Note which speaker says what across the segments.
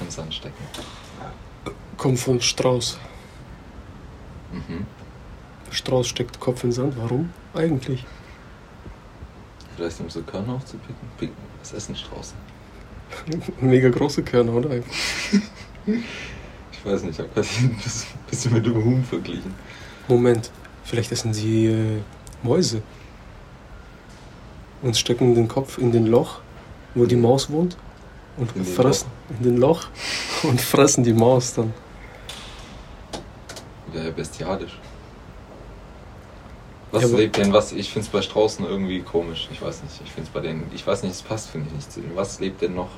Speaker 1: uns anstecken.
Speaker 2: Kommt von Strauß.
Speaker 1: Mhm.
Speaker 2: Strauß steckt Kopf in den Sand. Warum? Eigentlich.
Speaker 1: Vielleicht um so Körner aufzupicken. Picken. Was essen Strauße?
Speaker 2: Mega große Körner, oder?
Speaker 1: Ich weiß nicht, ich habe gerade ein bisschen- bisschen mit dem Huhn verglichen.
Speaker 2: Moment, vielleicht essen sie äh, Mäuse. Und stecken den Kopf in den Loch, wo die Maus wohnt. Und
Speaker 1: In den
Speaker 2: fressen in den Loch und fressen die Maus dann.
Speaker 1: Wäre ja bestialisch. Was
Speaker 2: Ja, aber-
Speaker 1: lebt denn was? Ich finde es bei Straußen irgendwie komisch. Ich weiß nicht. Ich finde es bei denen. Ich weiß nicht, es passt, finde ich nicht zu denen. Was lebt denn noch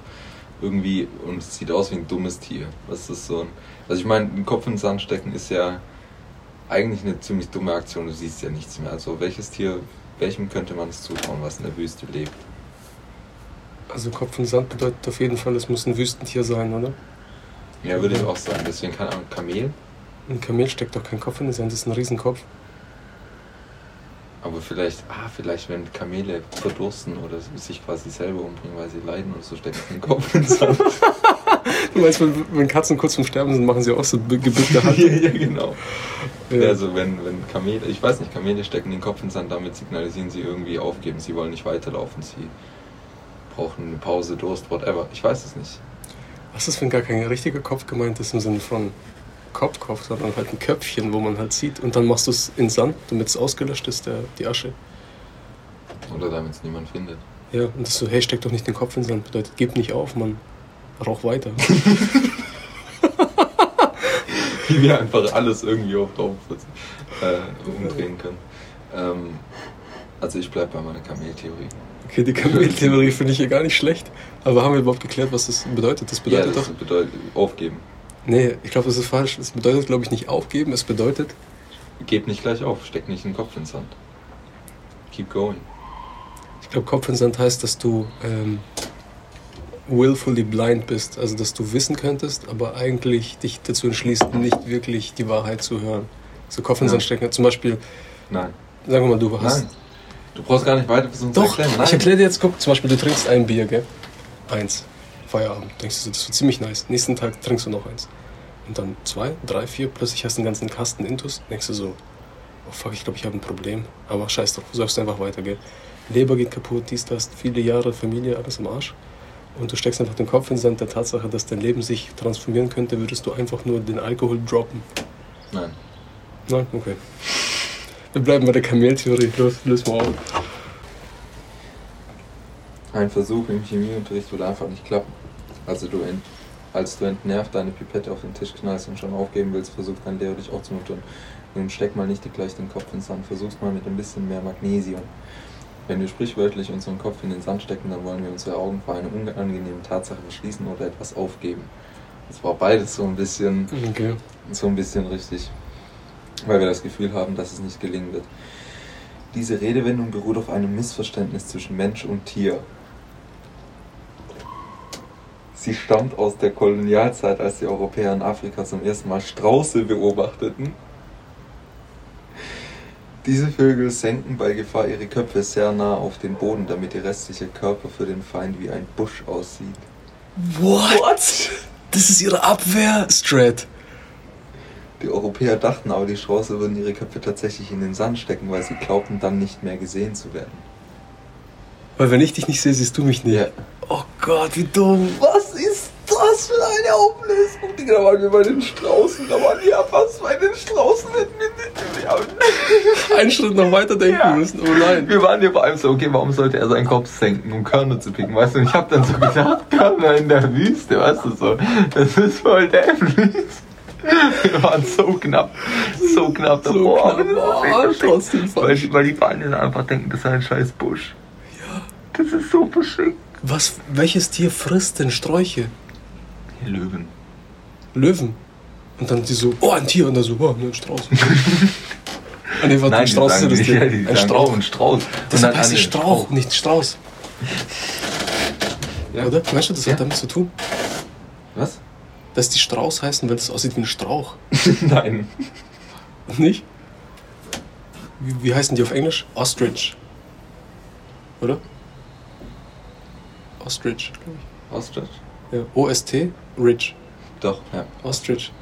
Speaker 1: irgendwie und es sieht aus wie ein dummes Tier? Was ist so ein. Also, ich meine, den Kopf in den Sand stecken ist ja eigentlich eine ziemlich dumme Aktion. Du siehst ja nichts mehr. Also, welches Tier, welchem könnte man es zutrauen, was in der Wüste lebt?
Speaker 2: Also Kopf in Sand bedeutet auf jeden Fall, es muss ein Wüstentier sein, oder?
Speaker 1: Ja, würde ich auch sagen. Deswegen keine Ahnung, Kamel.
Speaker 2: Ein Kamel steckt doch kein Kopf in den Sand, das ist ein Riesenkopf.
Speaker 1: Aber vielleicht, ah, vielleicht wenn Kamele verdursten oder sich quasi selber umbringen, weil sie leiden und so stecken sie den Kopf in den Sand.
Speaker 2: Du meinst, wenn, wenn Katzen kurz vorm Sterben sind, machen sie auch so be- gebückte
Speaker 1: ja,
Speaker 2: Haltung.
Speaker 1: ja, genau.
Speaker 2: Äh,
Speaker 1: Also wenn, wenn Kamele, ich weiß nicht, Kamele stecken den Kopf in den Sand, damit signalisieren sie irgendwie aufgeben, sie wollen nicht weiterlaufen, sie brauchen eine Pause, Durst, whatever. Ich weiß es nicht.
Speaker 2: Was ist, wenn gar kein richtiger Kopf gemeint ist im Sinne von Kopf, Kopf, sondern halt ein Köpfchen, wo man halt sieht und dann machst du es in Sand, damit es ausgelöscht ist, der, die Asche.
Speaker 1: Oder damit es niemand findet.
Speaker 2: Ja, und das so, hey, steck doch nicht den Kopf in Sand, bedeutet, gib nicht auf, Mann. Rauch weiter.
Speaker 1: Wie wir einfach alles irgendwie auf drauf äh, umdrehen können. Ähm, also ich bleibe bei meiner Kameltheorie.
Speaker 2: Okay, die Kameltheorie finde ich hier gar nicht schlecht. Aber haben wir überhaupt geklärt, was das bedeutet? Das bedeutet
Speaker 1: ja, das
Speaker 2: doch.
Speaker 1: bedeutet aufgeben.
Speaker 2: Nee, ich glaube, das ist falsch. Es bedeutet, glaube ich, nicht aufgeben. Es bedeutet.
Speaker 1: Gebt nicht gleich auf, steckt nicht den Kopf in den Sand. Keep going.
Speaker 2: Ich glaube, Kopf in Sand heißt, dass du ähm, willfully blind bist, also dass du wissen könntest, aber eigentlich dich dazu entschließt, nicht wirklich die Wahrheit zu hören. So Kopf in
Speaker 1: Ja.
Speaker 2: Sand stecken. Zum Beispiel,
Speaker 1: Nein.
Speaker 2: sagen wir mal, du hast.
Speaker 1: Nein. Du brauchst gar nicht weiter versuchen
Speaker 2: Doch,
Speaker 1: zu erklären. Nein.
Speaker 2: ich erkläre dir jetzt, guck, zum Beispiel, du trinkst ein Bier, gell? Eins. Feierabend. Denkst du, so, das wird ziemlich nice. Nächsten Tag trinkst du noch eins. Und dann zwei, drei, vier, plötzlich hast du einen ganzen Kasten Intus. Denkst du so, oh fuck, ich glaube, ich habe ein Problem. Aber scheiß drauf, du sagst einfach weiter, gell? Leber geht kaputt, dies, das, viele Jahre, Familie, alles im Arsch. Und du steckst einfach den Kopf in den Sand der Tatsache, dass dein Leben sich transformieren könnte, würdest du einfach nur den Alkohol droppen.
Speaker 1: Nein.
Speaker 2: Nein, okay. Wir bleiben bei der Kameltheorie. Los, lösen wir auf.
Speaker 1: Ein Versuch im Chemieunterricht würde einfach nicht klappen. Also du ent als du entnervt deine Pipette auf den Tisch knallst und schon aufgeben willst, versucht dein Lehrer dich aufzumuntern. Nun steck mal nicht gleich den Kopf in den Sand, versuch's mal mit ein bisschen mehr Magnesium. Wenn wir sprichwörtlich unseren Kopf in den Sand stecken, dann wollen wir unsere Augen vor einer unangenehmen Tatsache verschließen oder etwas aufgeben. Das war beides so ein bisschen
Speaker 2: Okay.
Speaker 1: so ein bisschen richtig, weil wir das Gefühl haben, dass es nicht gelingen wird. Diese Redewendung beruht auf einem Missverständnis zwischen Mensch und Tier. Sie stammt aus der Kolonialzeit, als die Europäer in Afrika zum ersten Mal Strauße beobachteten. Diese Vögel senken bei Gefahr ihre Köpfe sehr nah auf den Boden, damit ihr restlicher Körper für den Feind wie ein Busch aussieht.
Speaker 2: What? Das ist ihre Abwehr-Strat.
Speaker 1: Die Europäer dachten aber, die Strauße würden ihre Köpfe tatsächlich in den Sand stecken, weil sie glaubten, dann nicht mehr gesehen zu werden.
Speaker 2: Weil wenn ich dich nicht sehe, siehst du mich nicht.
Speaker 1: Ja.
Speaker 2: Oh Gott, wie dumm.
Speaker 1: Was ist das für eine Auflösung? Digga, da waren wir bei den Straußen, da waren wir ja fast bei den Straußen. hätten wir nicht- wir haben-
Speaker 2: Einen Schritt noch weiter denken
Speaker 1: Ja.
Speaker 2: müssen. Oh nein.
Speaker 1: Wir waren ja bei einem so, okay, warum sollte er seinen Kopf senken, um Körner zu picken, weißt du? Und ich hab dann so gedacht, Körner in der Wüste, weißt du so, das ist voll dämlich. Wir waren so knapp, so knapp
Speaker 2: So
Speaker 1: davor.
Speaker 2: knapp,
Speaker 1: aber das ist
Speaker 2: oh,
Speaker 1: richtig.
Speaker 2: trotzdem falsch.
Speaker 1: Weil, weil die Beine dann einfach denken, das ist ein scheiß Busch. Ja. Das ist so verschickt.
Speaker 2: Was, welches Tier frisst denn Sträuche?
Speaker 1: Die Löwen.
Speaker 2: Löwen. Und dann die so, oh, ein Tier. Und dann so, oh, ne, ein Strauß. Ah, nee, warte, ein
Speaker 1: die
Speaker 2: Strauß ist
Speaker 1: sagen
Speaker 2: ja das
Speaker 1: nicht,
Speaker 2: Tier.
Speaker 1: ja, die
Speaker 2: ein
Speaker 1: sagen,
Speaker 2: Strauch.
Speaker 1: oh, ein Strauß.
Speaker 2: Das
Speaker 1: dann
Speaker 2: heißt
Speaker 1: alle-
Speaker 2: Strauch, nicht Strauß.
Speaker 1: Ja.
Speaker 2: Oder? Meinst du, das
Speaker 1: Ja.
Speaker 2: hat damit zu tun?
Speaker 1: Was?
Speaker 2: Dass die Strauß heißen, weil es aussieht wie ein Strauch.
Speaker 1: Nein.
Speaker 2: Nicht? Wie, wie heißen die auf Englisch? Ostrich. Oder? Ostrich, glaube ich.
Speaker 1: Ostrich?
Speaker 2: Ja. OST, Rich.
Speaker 1: Doch, ja.
Speaker 2: Ostrich.